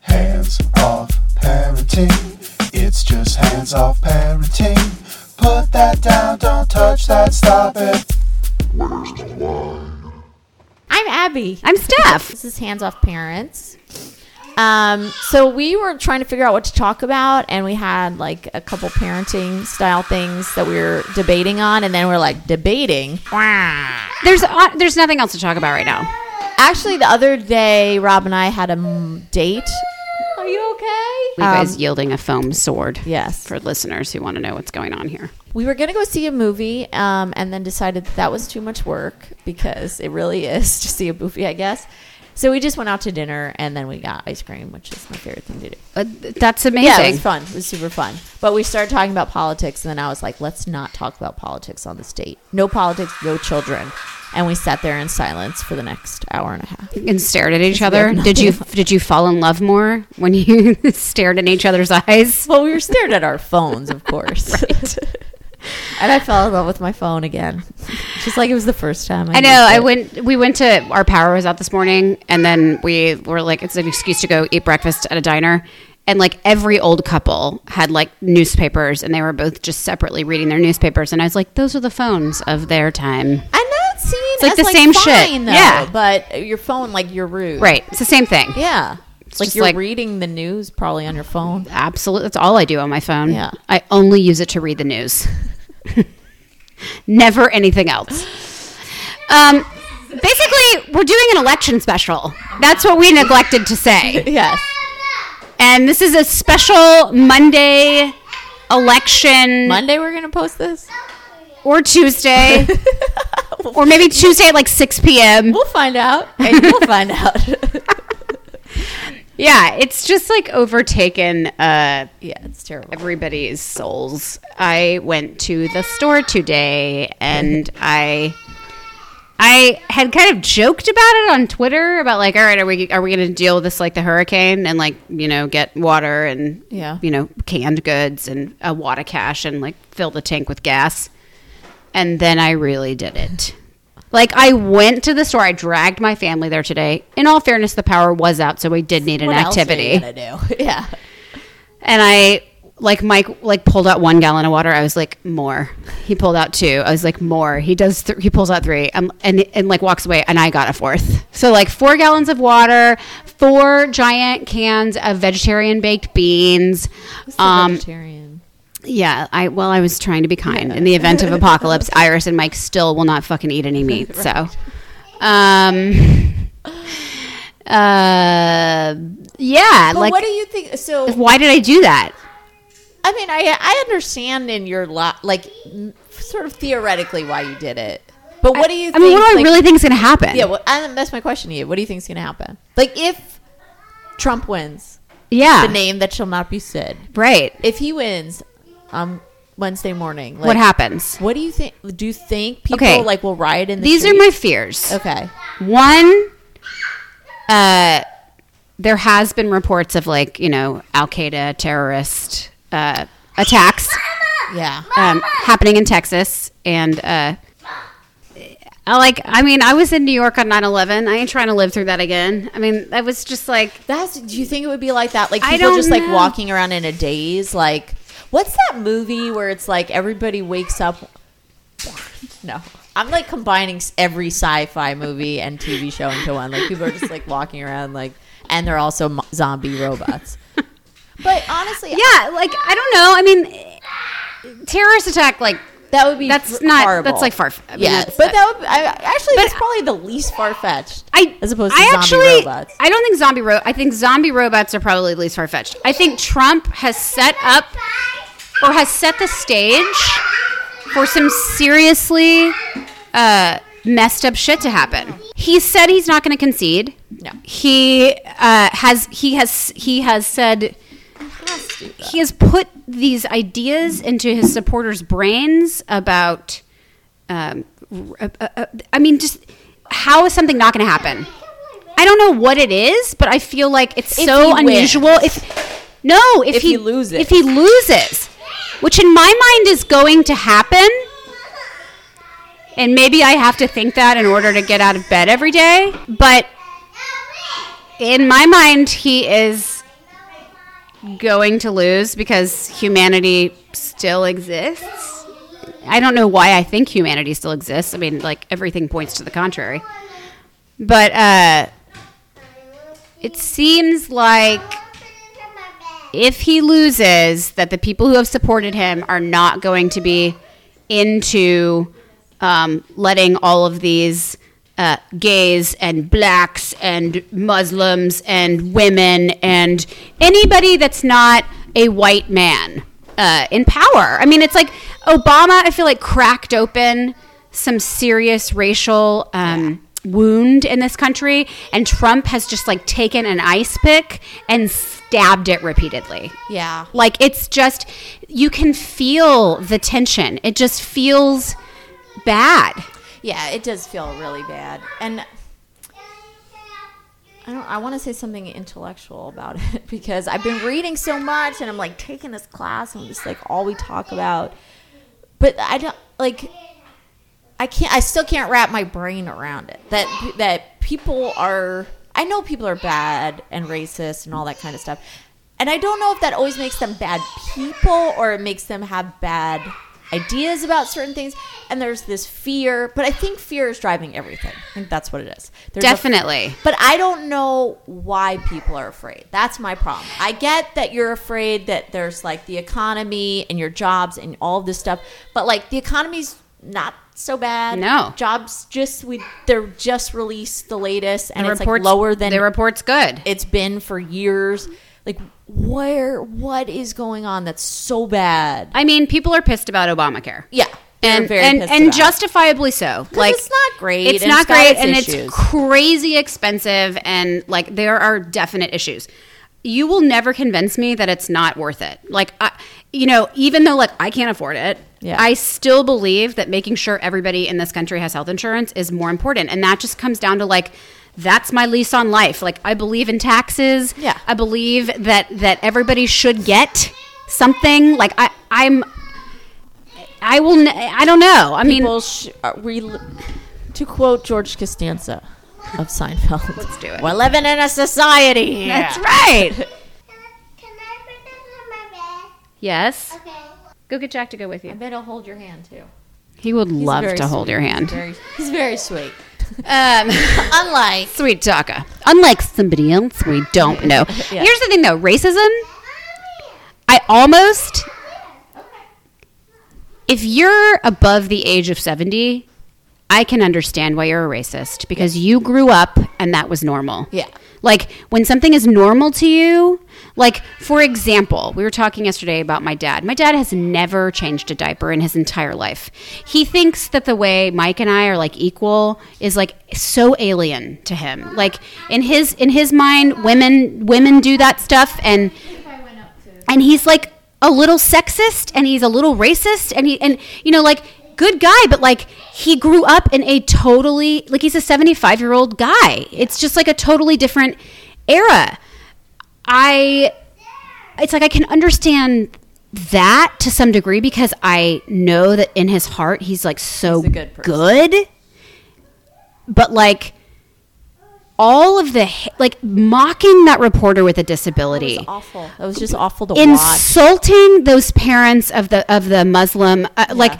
Hands off parenting. It's just hands off parenting. Put that down, don't touch that, stop it. I'm Abby. I'm Steph. This is Hands Off Parents. Um, so we were trying to figure out what to talk about, and we had like a couple parenting style things that we were debating on, and then we are like debating. There's uh, there's nothing else to talk about right now. Actually, the other day, Rob and I had a mm, date. Are you okay? Levi's yielding a foam sword. Yes. For listeners who want to know what's going on here. We were gonna go see a movie, um, and then decided that, that was too much work because it really is to see a movie, I guess. So we just went out to dinner, and then we got ice cream, which is my favorite thing to do. Uh, th- that's Yeah, amazing. it was fun. It was super fun. But we started talking about politics, and then I was like, let's not talk about politics on this date. No politics, no children. And we sat there in silence for the next hour and a half. and stared at each we other. have Did you nothing did you fall in love more when you stared in each other's eyes? Well, we were staring at our phones, of course. and I fell in love with my phone again, just like it was the first time. I used know. I it. went. We went to our power was out this morning, and then we were like, it's an excuse to go eat breakfast at a diner. And like every old couple had like newspapers, and they were both just separately reading their newspapers. And I was like, those are the phones of their time. I'm not seeing it's like the same shit. Though, Yeah. but your phone, like you're rude, Right. It's the same thing. Yeah, it's like just you're like- reading the news probably on your phone. Absolutely. That's all I do on my phone. Yeah. I only use it to read the news. Never anything else. Um, basically, we're doing an election special. That's what we neglected to say. Yes, And this is a special Monday election Monday we're gonna post this. or Tuesday. or maybe Tuesday at like 6 p.m. We'll find out, and you'll find out. Yeah, it's just like overtaken uh, Yeah, it's terrible. everybody's souls. I went to the store today and I I had kind of joked about it on Twitter about like, all right, are we are we going to deal with this like the hurricane and like you know get water and Yeah. you know canned goods and a wad of cash and like fill the tank with gas, and then I really did it. Like I went to the store. I dragged my family there today. In all fairness, the power was out, so we did need an What else are you activity gonna do? Yeah. and I like Mike like pulled out one gallon of water. I was like more. He pulled out two. I was like more. He does. Th- he pulls out three. Um, and and like walks away. And I got a fourth. So like four gallons of water, four giant cans of vegetarian baked beans. Um, vegetarian. yeah. I well, I was trying to be kind. In the event of apocalypse, Iris and Mike still will not fucking eat any meat. So, um, uh, yeah. But like, what do you think? So why did I do that? I mean, I I understand in your lot, like m- sort of theoretically why you did it. But what do you? I mean, what do I like- really think is going to happen? Yeah, well, I, that's my question to you. What do you think is going to happen? Like if Trump wins, yeah, the name that shall not be said. right. If he wins, um, Wednesday morning, like, what happens? What do you think? Do you think people Okay. like will riot in the These are streets? my fears. okay. One, uh, there has been reports of like you know Al Qaeda terrorist uh, attacks Yeah, um, happening in Texas, and uh, I like. I mean, I was in New York on 9-11. I ain't trying to live through that again. I mean, that was just like that's. Do you think it would be like that? Like I people don't just like know. walking around in a daze. Like what's that movie where it's like everybody wakes up? No. I'm like combining s- every sci-fi movie and TV show into one. Like people are just like walking around like, and they're also mo- zombie robots. But honestly, yeah, like I don't know. I mean, terrorist attack like that would be That's r- not- horrible. that's, like, farf- I mean, yeah, that's- but that would be, I, actually But- that's probably the least far fetched. I as opposed to I zombie actually, robots. I don't think zombie ro- I think zombie robots are probably the least far fetched. I think Trump has set up or has set the stage for some seriously uh, messed up shit to happen. He said he's not going to concede. No. He uh, has he has he has said he has put these ideas into his supporters' brains about, um, r- uh, uh, I mean, just how is something not going to happen? I don't know what it is, but I feel like it's If so he wins. unusual. If no, if, If he loses. if he loses, which in my mind is going to happen, and maybe I have to think that in order to get out of bed every day, but in my mind, he is going to lose because humanity still exists. I don't know why I think humanity still exists. I mean, like everything points to the contrary. But uh, it seems like if he loses, that the people who have supported him are not going to be into um, letting all of these uh, gays and blacks and Muslims and women and anybody that's not a white man uh, in power. I mean, it's like Obama. I feel like cracked open some serious racial. Um, wound in this country and Trump has just like taken an ice pick and stabbed it repeatedly. Yeah. Like it's just you can feel the tension. It just feels bad. Yeah, it does feel really bad. And I don't I want to say something intellectual about it because I've been reading so much and I'm like taking this class and it's like all we talk about. But I don't like I can't I still can't wrap my brain around it. That that people are I know people are bad and racist and all that kind of stuff. And I don't know if that always makes them bad people or it makes them have bad ideas about certain things and there's this fear, but I think fear is driving everything. I think that's what it is. There's a- Definitely. but I don't know why people are afraid. That's my problem. I get that you're afraid that there's like the economy and your jobs and all this stuff, but like the economy's not so bad. No. jobs just we they're just released the latest and The it's like lower than the report's good. it's been for years. Like where what is going on that's so bad? I mean, people are pissed about Obamacare. yeah, they're and very and, pissed and about it. justifiably so. Like it's not great, It's and not it's got great, its and issues. it's crazy expensive, and like there are definite issues. You will never convince me that it's not worth it. Like, I, you know, even though like I can't afford it, Yeah. I still believe that making sure everybody in this country has health insurance is more important, and that just comes down to like. That's my lease on life. Like I believe in taxes. Yeah. I believe that that everybody should get something. Like I I'm I will. N- I don't know. I mean, people sh- are, we, li- to quote George Costanza of Seinfeld. Let's do it. We're living in a society. here. that's right. Can I put this on yes. my bed? Okay. Go get Jack to go with I you. bet he'll hold your hand too. He would He's love very to hold sweet. your hand. He's very, he's very sweet. Um, Unlike sweet Taka. Unlike somebody else we don't know. Yeah. Here's the thing, though. Racism. I almost. If you're above the age of seventy, I can understand why you're a racist because you grew up and that was normal. Yeah. Like when something is normal to you, like for example, we were talking yesterday about my dad. My dad has never changed a diaper in his entire life. He thinks that the way Mike and I are like equal is like so alien to him. Like in his in his mind, women women do that stuff and and he's like a little sexist and he's a little racist and he and you know like good guy but like he grew up in a totally like he's a 75 year old guy it's just like a totally different era i it's like i can understand that to some degree because i know that in his heart he's like so He's a good person. good but like all of the ha- like mocking that reporter with a disability it was awful. It was just awful to watch. insulting those parents of the of the Muslim, uh, like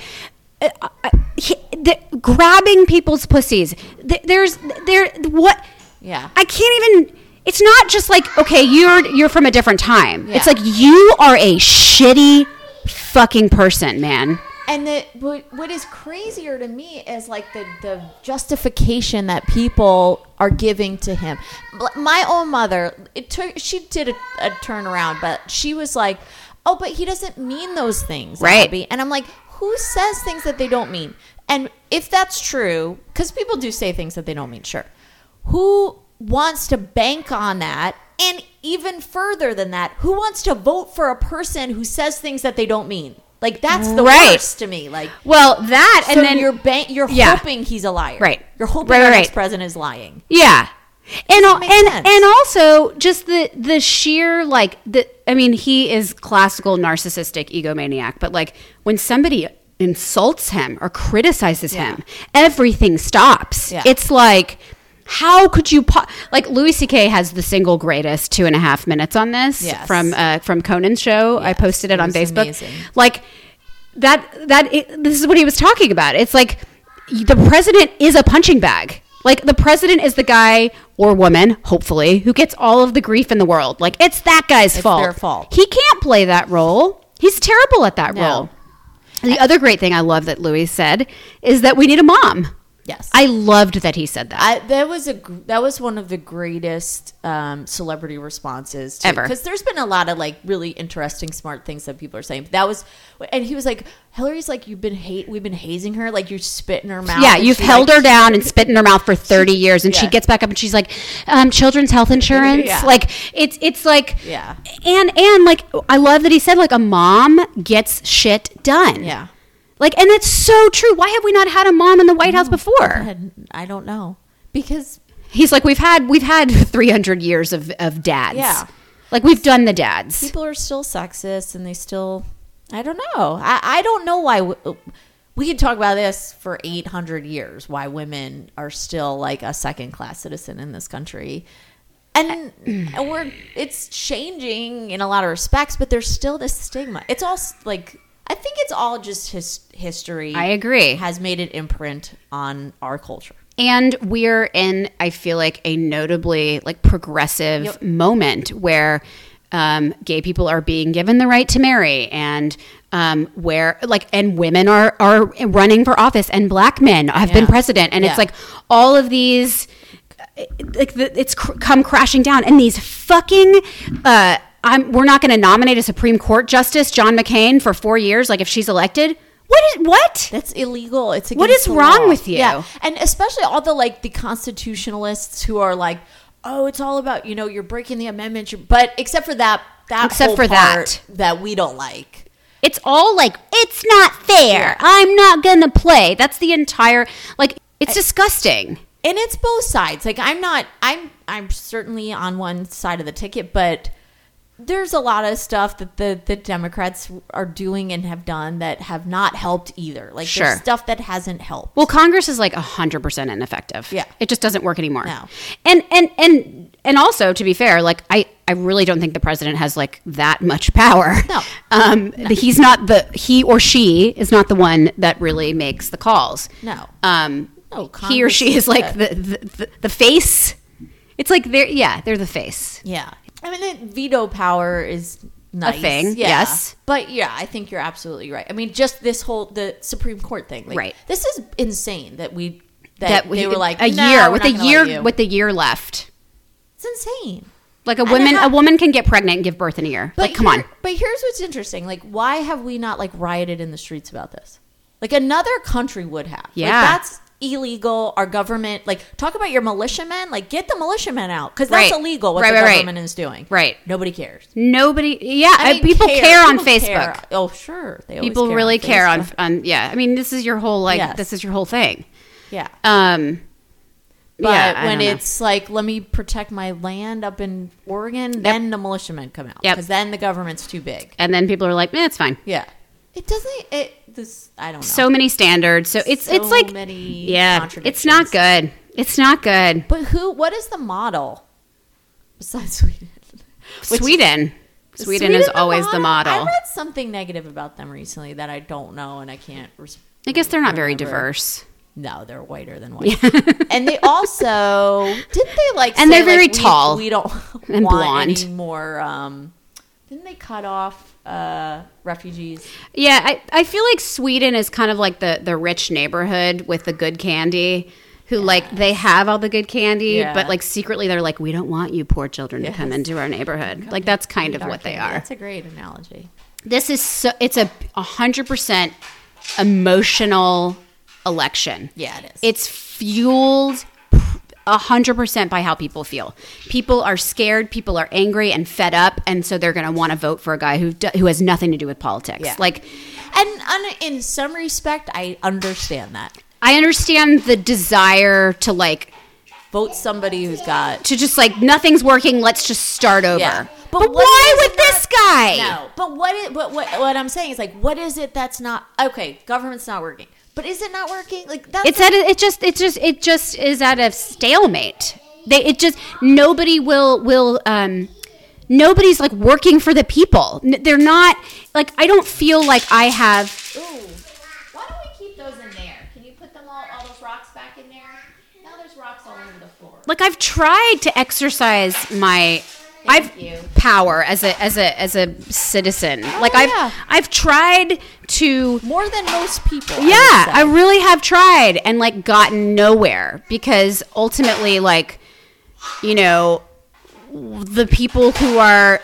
uh, uh, he, the, grabbing people's pussies. Th- There's there what Yeah. I can't even. It's not just like okay, you're you're from a different time. It's Yeah. like you are a shitty fucking person, man. And the, what, what is crazier to me is like the, the justification that people are giving to him. L- My own mother, it took, she did a, a turnaround, but she was like, oh, but he doesn't mean those things. Right. Abby." And I'm like, who says things that they don't mean? And if that's true, because people do say things that they don't mean, sure. Who wants to bank on that? And even further than that, who wants to vote for a person who says things that they don't mean? Like that's the Right. worst to me. Like, Well, that and then you're ban- you're Yeah. hoping he's a liar, Right. You're hoping Right, our right, next right. president is lying. Yeah. And al- make and sense. and also just the the sheer like the I mean he is classical narcissistic egomaniac but like when somebody insults him or criticizes him everything stops. Yeah. It's like How could you po- like Louis C.K. has the single greatest two and a half minutes on this Yes. from uh, from Conan's show. I Yes, posted it it on was Facebook. amazing. Like that that it, this is what he was talking about. It's like y- the president is a punching bag. Like the president is the guy or woman, hopefully, who gets all of the grief in the world. Like it's that guy's It's fault. their fault. He can't play that role. He's terrible at that No. role. And the other great thing I love that Louis said is that we need a mom. Yes. I loved that he said that. I, that was a gr- that was one of the greatest um, celebrity responses to, Ever. because there's been a lot of like really interesting smart things that people are saying. But that was and he was like Hillary's like you've been hate we've been hazing her like you spit in her mouth. yeah, and you've she, held like, her down and spit in her mouth for 30 years and she Yeah. gets back up and she's like um, children's health insurance Yeah. like it's it's like Yeah. and and like I love that he said like a mom gets shit done. Yeah. Like and that's so true. Why have we not had a mom in the White House Mm-hmm. before? And I don't know because He's like we've had we've had 300 years of of dads. Yeah. Like we've done the dads. people are still sexist and they still I don't know. I I don't know why. W- we could talk about this for 800 years why women are still like a second class citizen in this country. And we're it's changing in a lot of respects, but there's still this stigma. It's all s- like I think it's all just his, history. I agree. Has made an imprint on our culture. And we're in, I feel like, a notably like progressive Yep. moment where um, gay people are being given the right to marry, and um, where like and women are are running for office, and black men have been Yeah. president, and it's Yeah. like all of these like the, it's cr- come crashing down and these fucking uh I'm we're not going to nominate a Supreme Court justice John McCain for 4 years like if she's elected what is what That's illegal. It's What against is the wrong law. with you? Yeah. And especially all the like the constitutionalists who are like, oh, it's all about you know you're breaking the amendment, you're, but except for that that Except whole for part that we don't like. It's all like, it's not fair. I'm not going to play. That's the entire, like, it's disgusting. and it's both sides like i'm not i'm i'm certainly on one side of the ticket but there's a lot of stuff that the the democrats are doing and have done that have not helped either like Sure. there's stuff that hasn't helped Well, Congress is like 100% ineffective. Yeah. It just doesn't work anymore. No. And, and, and, and also to be fair, like I, I really don't think the president has like that much power. No. Um, he's not the, he or she is not the one that really makes the calls. No. Um, No, he or Congress she is is like the, the, the, the face. It's like they're, yeah, they're the face. yeah i mean that veto power is nice thing, yeah. yes. but yeah i think you're absolutely right i mean just this whole the supreme court thing like, Right. this is insane that we that, That they were like a "No, year we're with not a gonna let year you." with a year left. it's insane Like a don't woman, know. a woman can get pregnant and give birth in a year. like, come here- on. But here's what's interesting: like, why have we not like rioted in the streets about this? Like another country would have. Like, Yeah. that's illegal. Our government, like, talk about your militiamen. Like, get the militiamen out because that's Right. illegal. What Right, the right, right. government is doing. Right. Nobody cares. Nobody, yeah, I uh, mean, people care, on People Facebook. care. Oh, sure. They always People care really on care on, Facebook. on, yeah. I mean, this is your whole like, Yes. this is your whole thing. Yeah. Um, But yeah, I when don't know. it's like, let me protect my land up in Oregon, then the militiamen come out Yep. because then the government's too big. and then people are like, eh, it's fine. Yeah. It doesn't. It this. I don't know. So many standards. So it's it's So like, many yeah, it's not contradictions. good. It's not good. But who? What is the model besides Sweden? Which- Sweden. Sweden, is always the model. I read something negative about them recently that I don't know and I can't. Res- I guess they're not very remember. diverse. No, they're whiter than white. and they also didn't they like And say, they're very like, we- tall We, don't and want blonde. any more. Um, didn't they cut off uh, refugees? Yeah, I, I feel like Sweden is kind of like the the rich neighborhood with the good candy. Who like they have all the good candy, Yeah. but like secretly they're like, we don't want you poor children to come Yes. into our neighborhood. Like that's kind of Dark what they candy. are. That's a great analogy. This is so, it's a hundred percent emotional election. Yeah, it is. It's fueled a hundred percent by how people feel. People are scared. People are angry and fed up, and so they're going to want to vote for a guy who do- who has nothing to do with politics. Yeah. Like and un- in some respect, I understand that. I understand the desire to like Vote somebody who's got to just like nothing's working. Let's just start over. But, what why is with it this not- guy? No. But what, is, what what what I'm saying is like, what is it that's not okay? Government's not working. But is it not working? Like that's It's at a, it just it just it just is at a stalemate. They it just nobody will will um nobody's like working for the people. N- They're not like I don't feel like I have Ooh. Why don't we keep those in there? Can you put them all, all those rocks back in there? Now there's rocks all over the floor. like I've tried to exercise my I've you. Oh, power as a as a as a citizen. like I've yeah. I've tried to More than most people. Yeah, I really have tried and like gotten nowhere because ultimately, like, you know, the people who are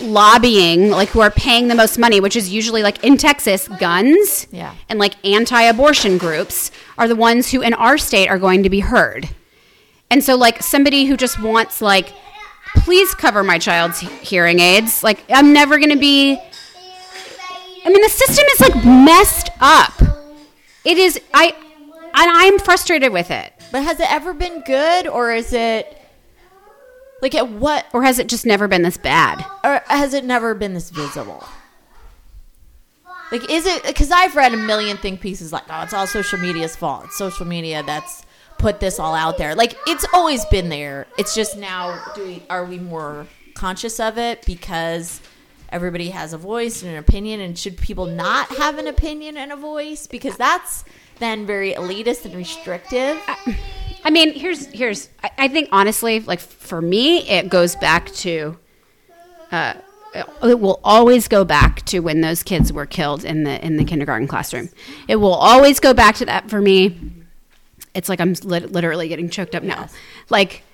lobbying, like, who are paying the most money, which is usually like in Texas, guns Yeah. and like anti abortion groups are the ones who in our state are going to be heard. And so, like, somebody who just wants, like, please cover my child's he- hearing aids, like, I'm never going to be. I mean, the system is like messed up. It is. I and I'm frustrated with it. But has it ever been good, or is it like at what, Or has it just never been this bad? or has it never been this visible? Like, is it because I've read a million think pieces like, oh, it's all social media's fault. It's social media that's put this all out there. Like, it's always been there. It's just now, do we, are we more conscious of it because everybody has a voice and an opinion? And should people not have an opinion and a voice? Because that's then very elitist and restrictive. I mean, here's here's. I, I think honestly, like for me, it goes back to. Uh, it will always go back to when those kids were killed in the in the kindergarten classroom. It will always go back to that for me. It's like I'm lit- literally getting choked up now. Like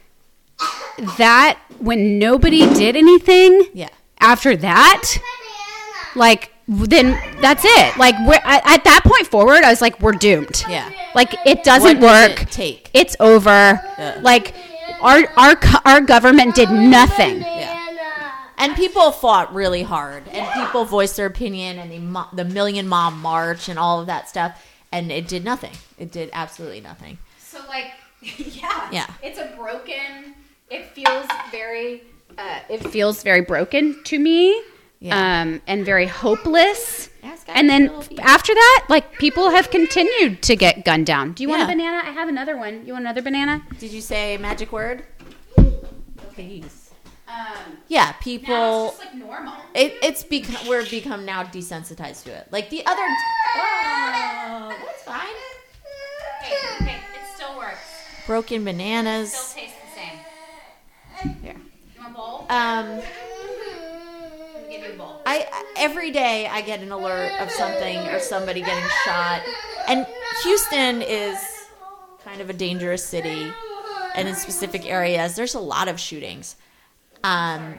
that when nobody did anything. Yeah. After that, like then that's it like we're, at, at that point forward i was like we're doomed Yeah. like it doesn't What does work it take? it's over like our our co- our government did nothing And people fought really hard, and people voiced their opinion, and the mo- the Million Mom March, and all of that stuff, and it did nothing. It did absolutely nothing. So like, yeah, Yeah. It's a broken. It feels very. Uh, it feels very broken to me Yeah. um and very hopeless Ask guys and then if they'll be- after that like people have continued to get gunned down do you want Yeah. a banana i have another one you want another banana Did you say a magic word? Please. um, Yeah, now people. it's just like normal. It, it's become we're become now desensitized to it. Like the other. Oh, that's fine. Hey, hey, it still works. Broken It bananas. still tastes the same. Here. You want a bowl? Um. Mm-hmm. I'll give you a bowl. I I- every day I get an alert of something or somebody getting shot, and Houston is kind of a dangerous city, and in specific areas there's a lot of shootings. Um,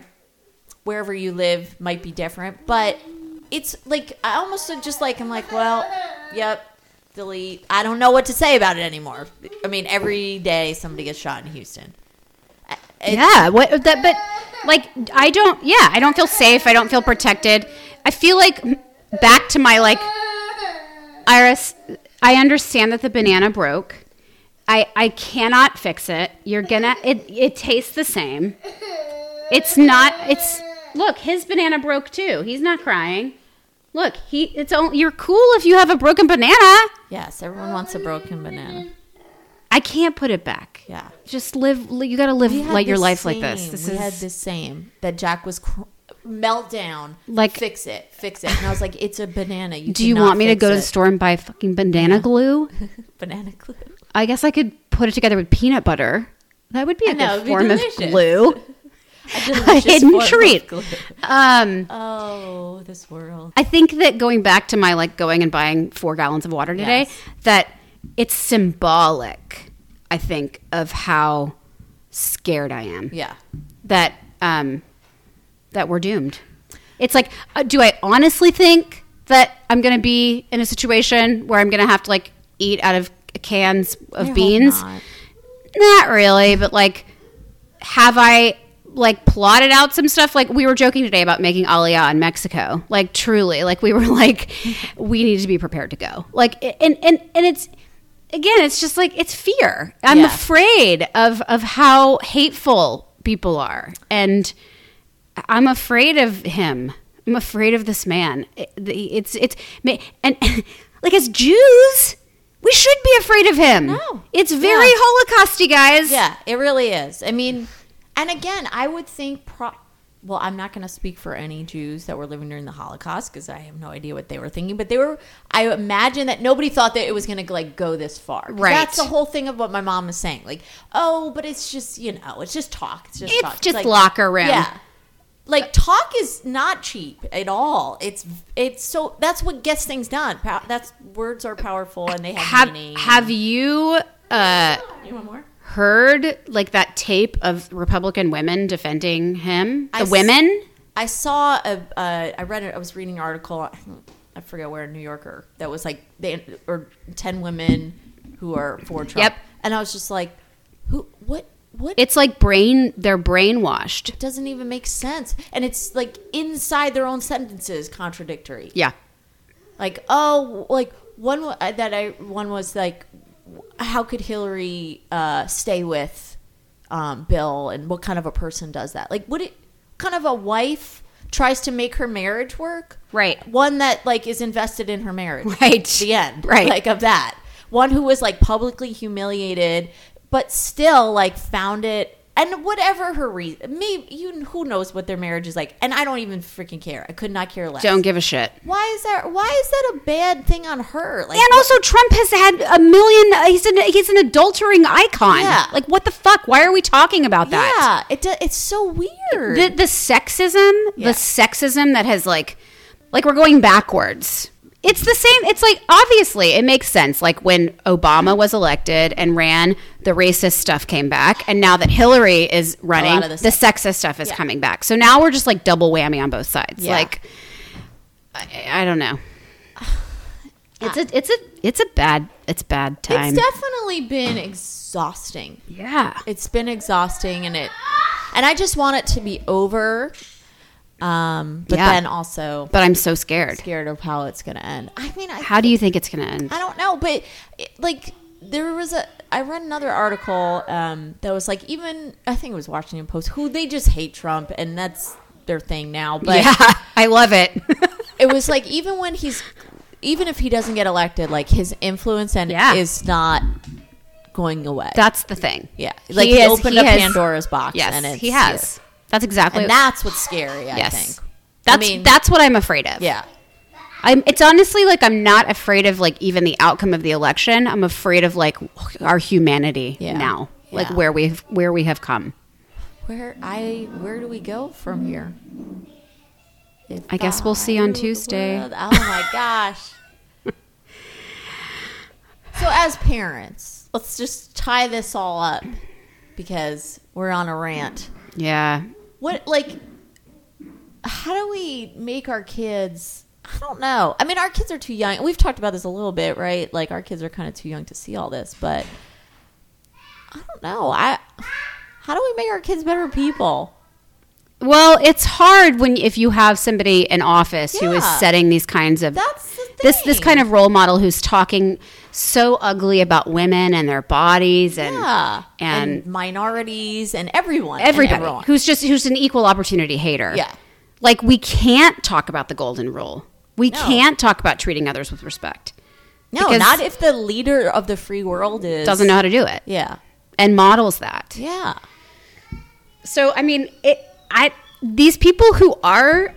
wherever you live might be different, but it's like I almost am just like I'm like, well, yep, delete. I don't know what to say about it anymore. I mean, every day somebody gets shot in Houston. I- it's- yeah what that but like i don't yeah i don't feel safe i don't feel protected i feel like m- back to my like iris i understand that the banana broke i i cannot fix it you're gonna it it tastes the same it's not it's look his banana broke too he's not crying look he it's only you're cool if you have a broken banana Yes, everyone wants a broken banana. i can't put it back Yeah. just live you gotta live We had like your the life like this same- this we is had the same that Jack was cr- meltdown. Like- fix it, fix it. And I was like, it's a banana. You Do you cannot want me to fix go to it." the store and buy fucking banana glue? Banana glue. I guess I could put it together with peanut butter. That would be a I know, good it'd be form delicious. of glue. A delicious hidden form of treat. glue. Um, Oh, this world. I think that going back to my like going and buying four gallons of water today, Yes. that it's symbolic. I think of how scared I am. Yeah. that um, that we're doomed. It's like, uh, do I honestly think that I'm going to be in a situation where I'm going to have to like eat out of cans of hope beans? not. Not. really, but like, have I like plotted out some stuff? Like we were joking today about making aliyah in Mexico. Like truly, like we were like, we need to be prepared to go. Like, and and and it's. Again, it's just like it's fear. I'm Yeah. afraid of of how hateful people are, and I'm afraid of him. I'm afraid of this man. It- the- It's it's ma- and like as Jews, We should be afraid of him. No. It's very Yeah. Holocausty, guys. Yeah, it really is. I mean, and again, I would think. Pro- well, I'm not going to speak for any Jews that were living during the Holocaust because I have no idea what they were thinking. But they were. I imagine that nobody thought that it was going to like go this far. 'Cause Right. That's the whole thing of what my mom is saying. Like, oh, but it's just you know, it's just talk. It's just It's talk. just like, locker room. Yeah. Like talk is not cheap at all. It's it's so that's what gets things done. Pow- that's words are powerful and they have, Have meaning. Have you uh, you want more? heard like that tape of Republican women defending him? I The s- women. I saw a, uh, I read it. I was reading an article. I forget where, New Yorker, that was like they or ten women who are for Trump. Yep. And I was just like, who? What? What? It's like brain. They're brainwashed. doesn't even make sense. And it's like inside their own sentences contradictory. Yeah. Like oh, like one wa- uh, that I one was like, how could Hillary uh, stay with um, Bill? And what kind of a person does that? Like, what it, kind of a wife tries to make her marriage work? Right. one that like is invested in her marriage Right. the end Right. like of that one who was like publicly humiliated but still like found it and whatever her reason me you who knows what their marriage is like and i don't even freaking care i could not care less Don't give a shit. why is that why is that a bad thing on her like And also, Trump has had a million. uh, He's an he's an adultering icon. Yeah. Like, what the fuck? Why are we talking about that? yeah it do, it's so weird the the sexism Yeah. the sexism that has like like we're going backwards it's the same it's like obviously it makes sense like when obama was elected and ran the racist stuff came back and now that hillary is running of the the, sexist stuff is Yeah. coming back so now we're just like double whammy on both sides Yeah. like I, I don't know it's a it's a it's a bad it's bad time it's definitely been exhausting yeah it's been exhausting and it and i just want it to be over um but Yeah. then also but i'm so scared scared of how it's going to end. I mean, I, how do you think it's gonna end I don't know, but it, like there was a I read another article um, that was like even I think it was Washington Post who they just hate Trump and that's their thing now. But yeah i love it it was like even when he's even if he doesn't get elected, like his influence and Yeah. is not going away. That's the thing. yeah, like he, has- opened he up has- Pandora's box. Yes, and it's, he has. That's exactly. and that's what's scary. I yes. think. That's I mean, that's what I'm afraid of. yeah. I'm. It's honestly like I'm not afraid of like even the outcome of the election. I'm afraid of like our humanity Yeah. now, like Yeah. where we've where we have come. Where I where do we go from here? If I guess we'll see on knew the Tuesday. world- Oh my gosh. so as parents, let's just tie this all up because we're on a rant. Yeah. What like how do we make our kids I don't know. I mean, our kids are too young. We've talked about this a little bit, right? Like our kids are kind of too young to see all this, but I don't know. I how do we make our kids better people? Well, it's hard when if you have somebody in office who is Yeah. setting these kinds of That's the this this thing. kind of role model who's talking so ugly about women and their bodies and yeah. and, minorities and everyone. and everybody everyone. who's just who's an equal opportunity hater. Yeah. Like we can't talk about the golden rule. We No. can't talk about treating others with respect. no, because- not if the leader of the free world is Doesn't know how to do it Yeah, and models that. yeah, So I mean, it I these people who are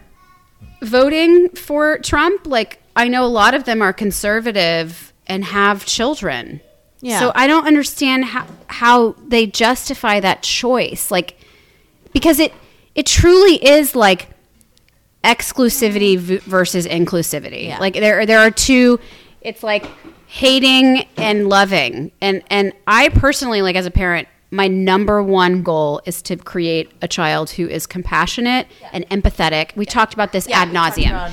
voting for Trump, like I know a lot of them are conservative and have children. yeah. So I don't understand how how they justify that choice, like because it it truly is like exclusivity v- versus inclusivity. Yeah. Like there there are two. It's like hating and loving, and and I personally like as a parent. My number one goal is to create a child who is compassionate and empathetic. We talked about this ad we talked nauseum about-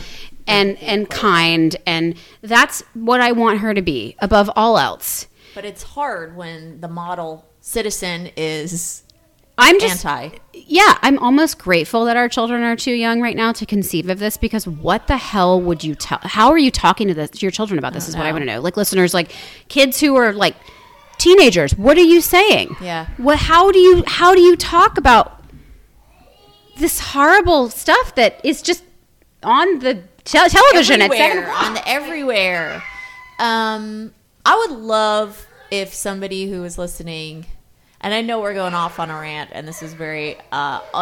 and and kind, and that's what I want her to be above all else. but it's hard when the model citizen is I'm just anti. yeah, I'm almost grateful that our children are too young right now to conceive of this because what the hell would you tell? How are you talking to, this, to your children about this? Is what I know. want to know. Like listeners, like kids who are like teenagers, what are you saying? Yeah. What? How do you how do you talk about this horrible stuff that is just on the tel television at seven everywhere, o'clock? on the everywhere. Um, I would love if somebody who is listening, and I know we're going off on a rant, and this is very uh,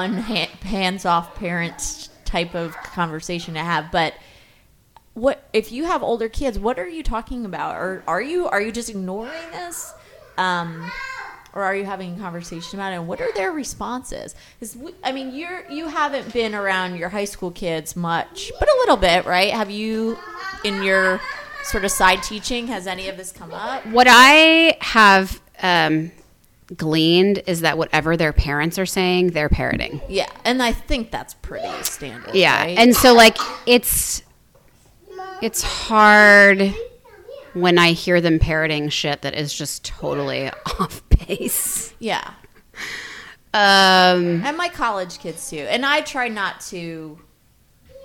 hands off parents type of conversation to have, but what if you have older kids? What are you talking about, or are you are you just ignoring this? Um, or are you having a conversation about it? And what are their responses? 'Cause we- I mean, you're you haven't been around your high school kids much, but a little bit, right? Have you in your sort of side teaching? Has any of this come up? What I have um, gleaned is that whatever their parents are saying, they're parroting. Yeah, and I think that's pretty standard. Yeah, right? and so like it's it's hard when I hear them parroting shit that is just totally off base. yeah, Um, and my college kids too. And I try not to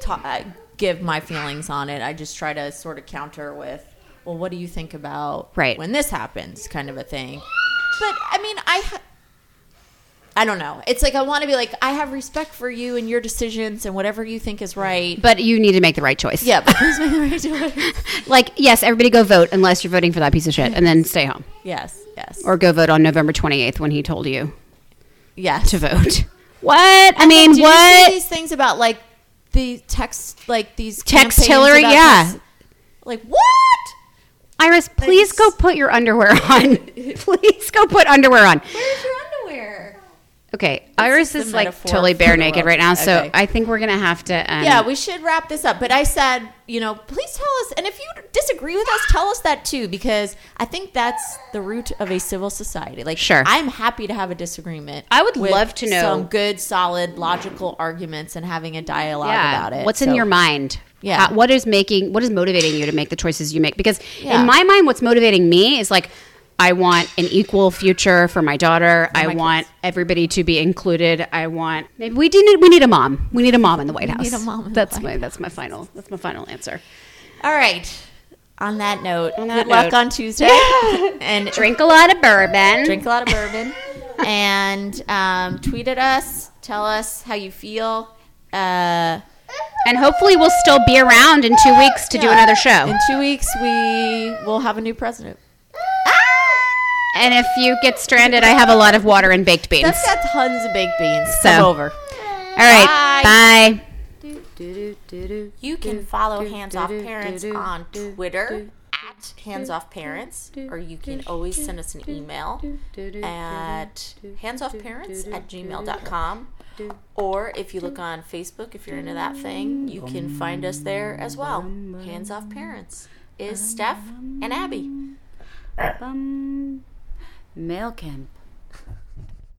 ta- uh, give my feelings on it. I just try to sort of counter with, well, what do you think about Right. when this happens, kind of a thing. But I mean, I. Ha- I don't know. It's like I want to be like I have respect for you and your decisions and whatever you think is right. but you need to make the right choice. yeah, but please make the right choice. Like yes, everybody go vote unless you're voting for that piece of shit, and then stay home Yes, yes, or go vote on November 28th when he told you yes. to vote. What? I mean, Did you what? see these things about like the text, like these Text campaigns Hillary, about yeah. this- like what? Iris, please Thanks. go put your underwear on. please go put underwear on. Where's your underwear? Okay, Iris the is like metaphor totally for the bare naked world. right now, so Okay. I think we're gonna have to. Um, Yeah, we should wrap this up. But I said, you know, please tell us, and if you disagree with us, tell us that too, because I think that's the root of a civil society. Like, Sure. I'm happy to have a disagreement. I would with love to know- some good, solid, logical arguments and having a dialogue about it. What's in So- your mind? Yeah. How- what is making? What is motivating you to make the choices you make? Because Yeah. in my mind, what's motivating me is like. I want an equal future for my daughter. I my want everybody to be included. I want maybe we do need we need a mom. We need a mom in the White House. need a mom in the that's White my that's my final that's my final answer. All right. On that note, that good luck note. on Tuesday, and Drink a lot of bourbon. drink a lot of bourbon and um, tweet at us tell us how you feel uh, And hopefully, we'll still be around in two weeks to do another show. in two weeks we will have a new president And if you get stranded, I have a lot of water and baked beans. that's got tons of baked beans So- come over All right. Bye. You can follow Hands Off Parents on Twitter at Hands Off Parents, or you can always send us an email at handsoffparents at gmail.com. Or if you look on Facebook, if you're into that thing, you can find us there as well. Hands Off Parents is Steph and Abby. Mail camp.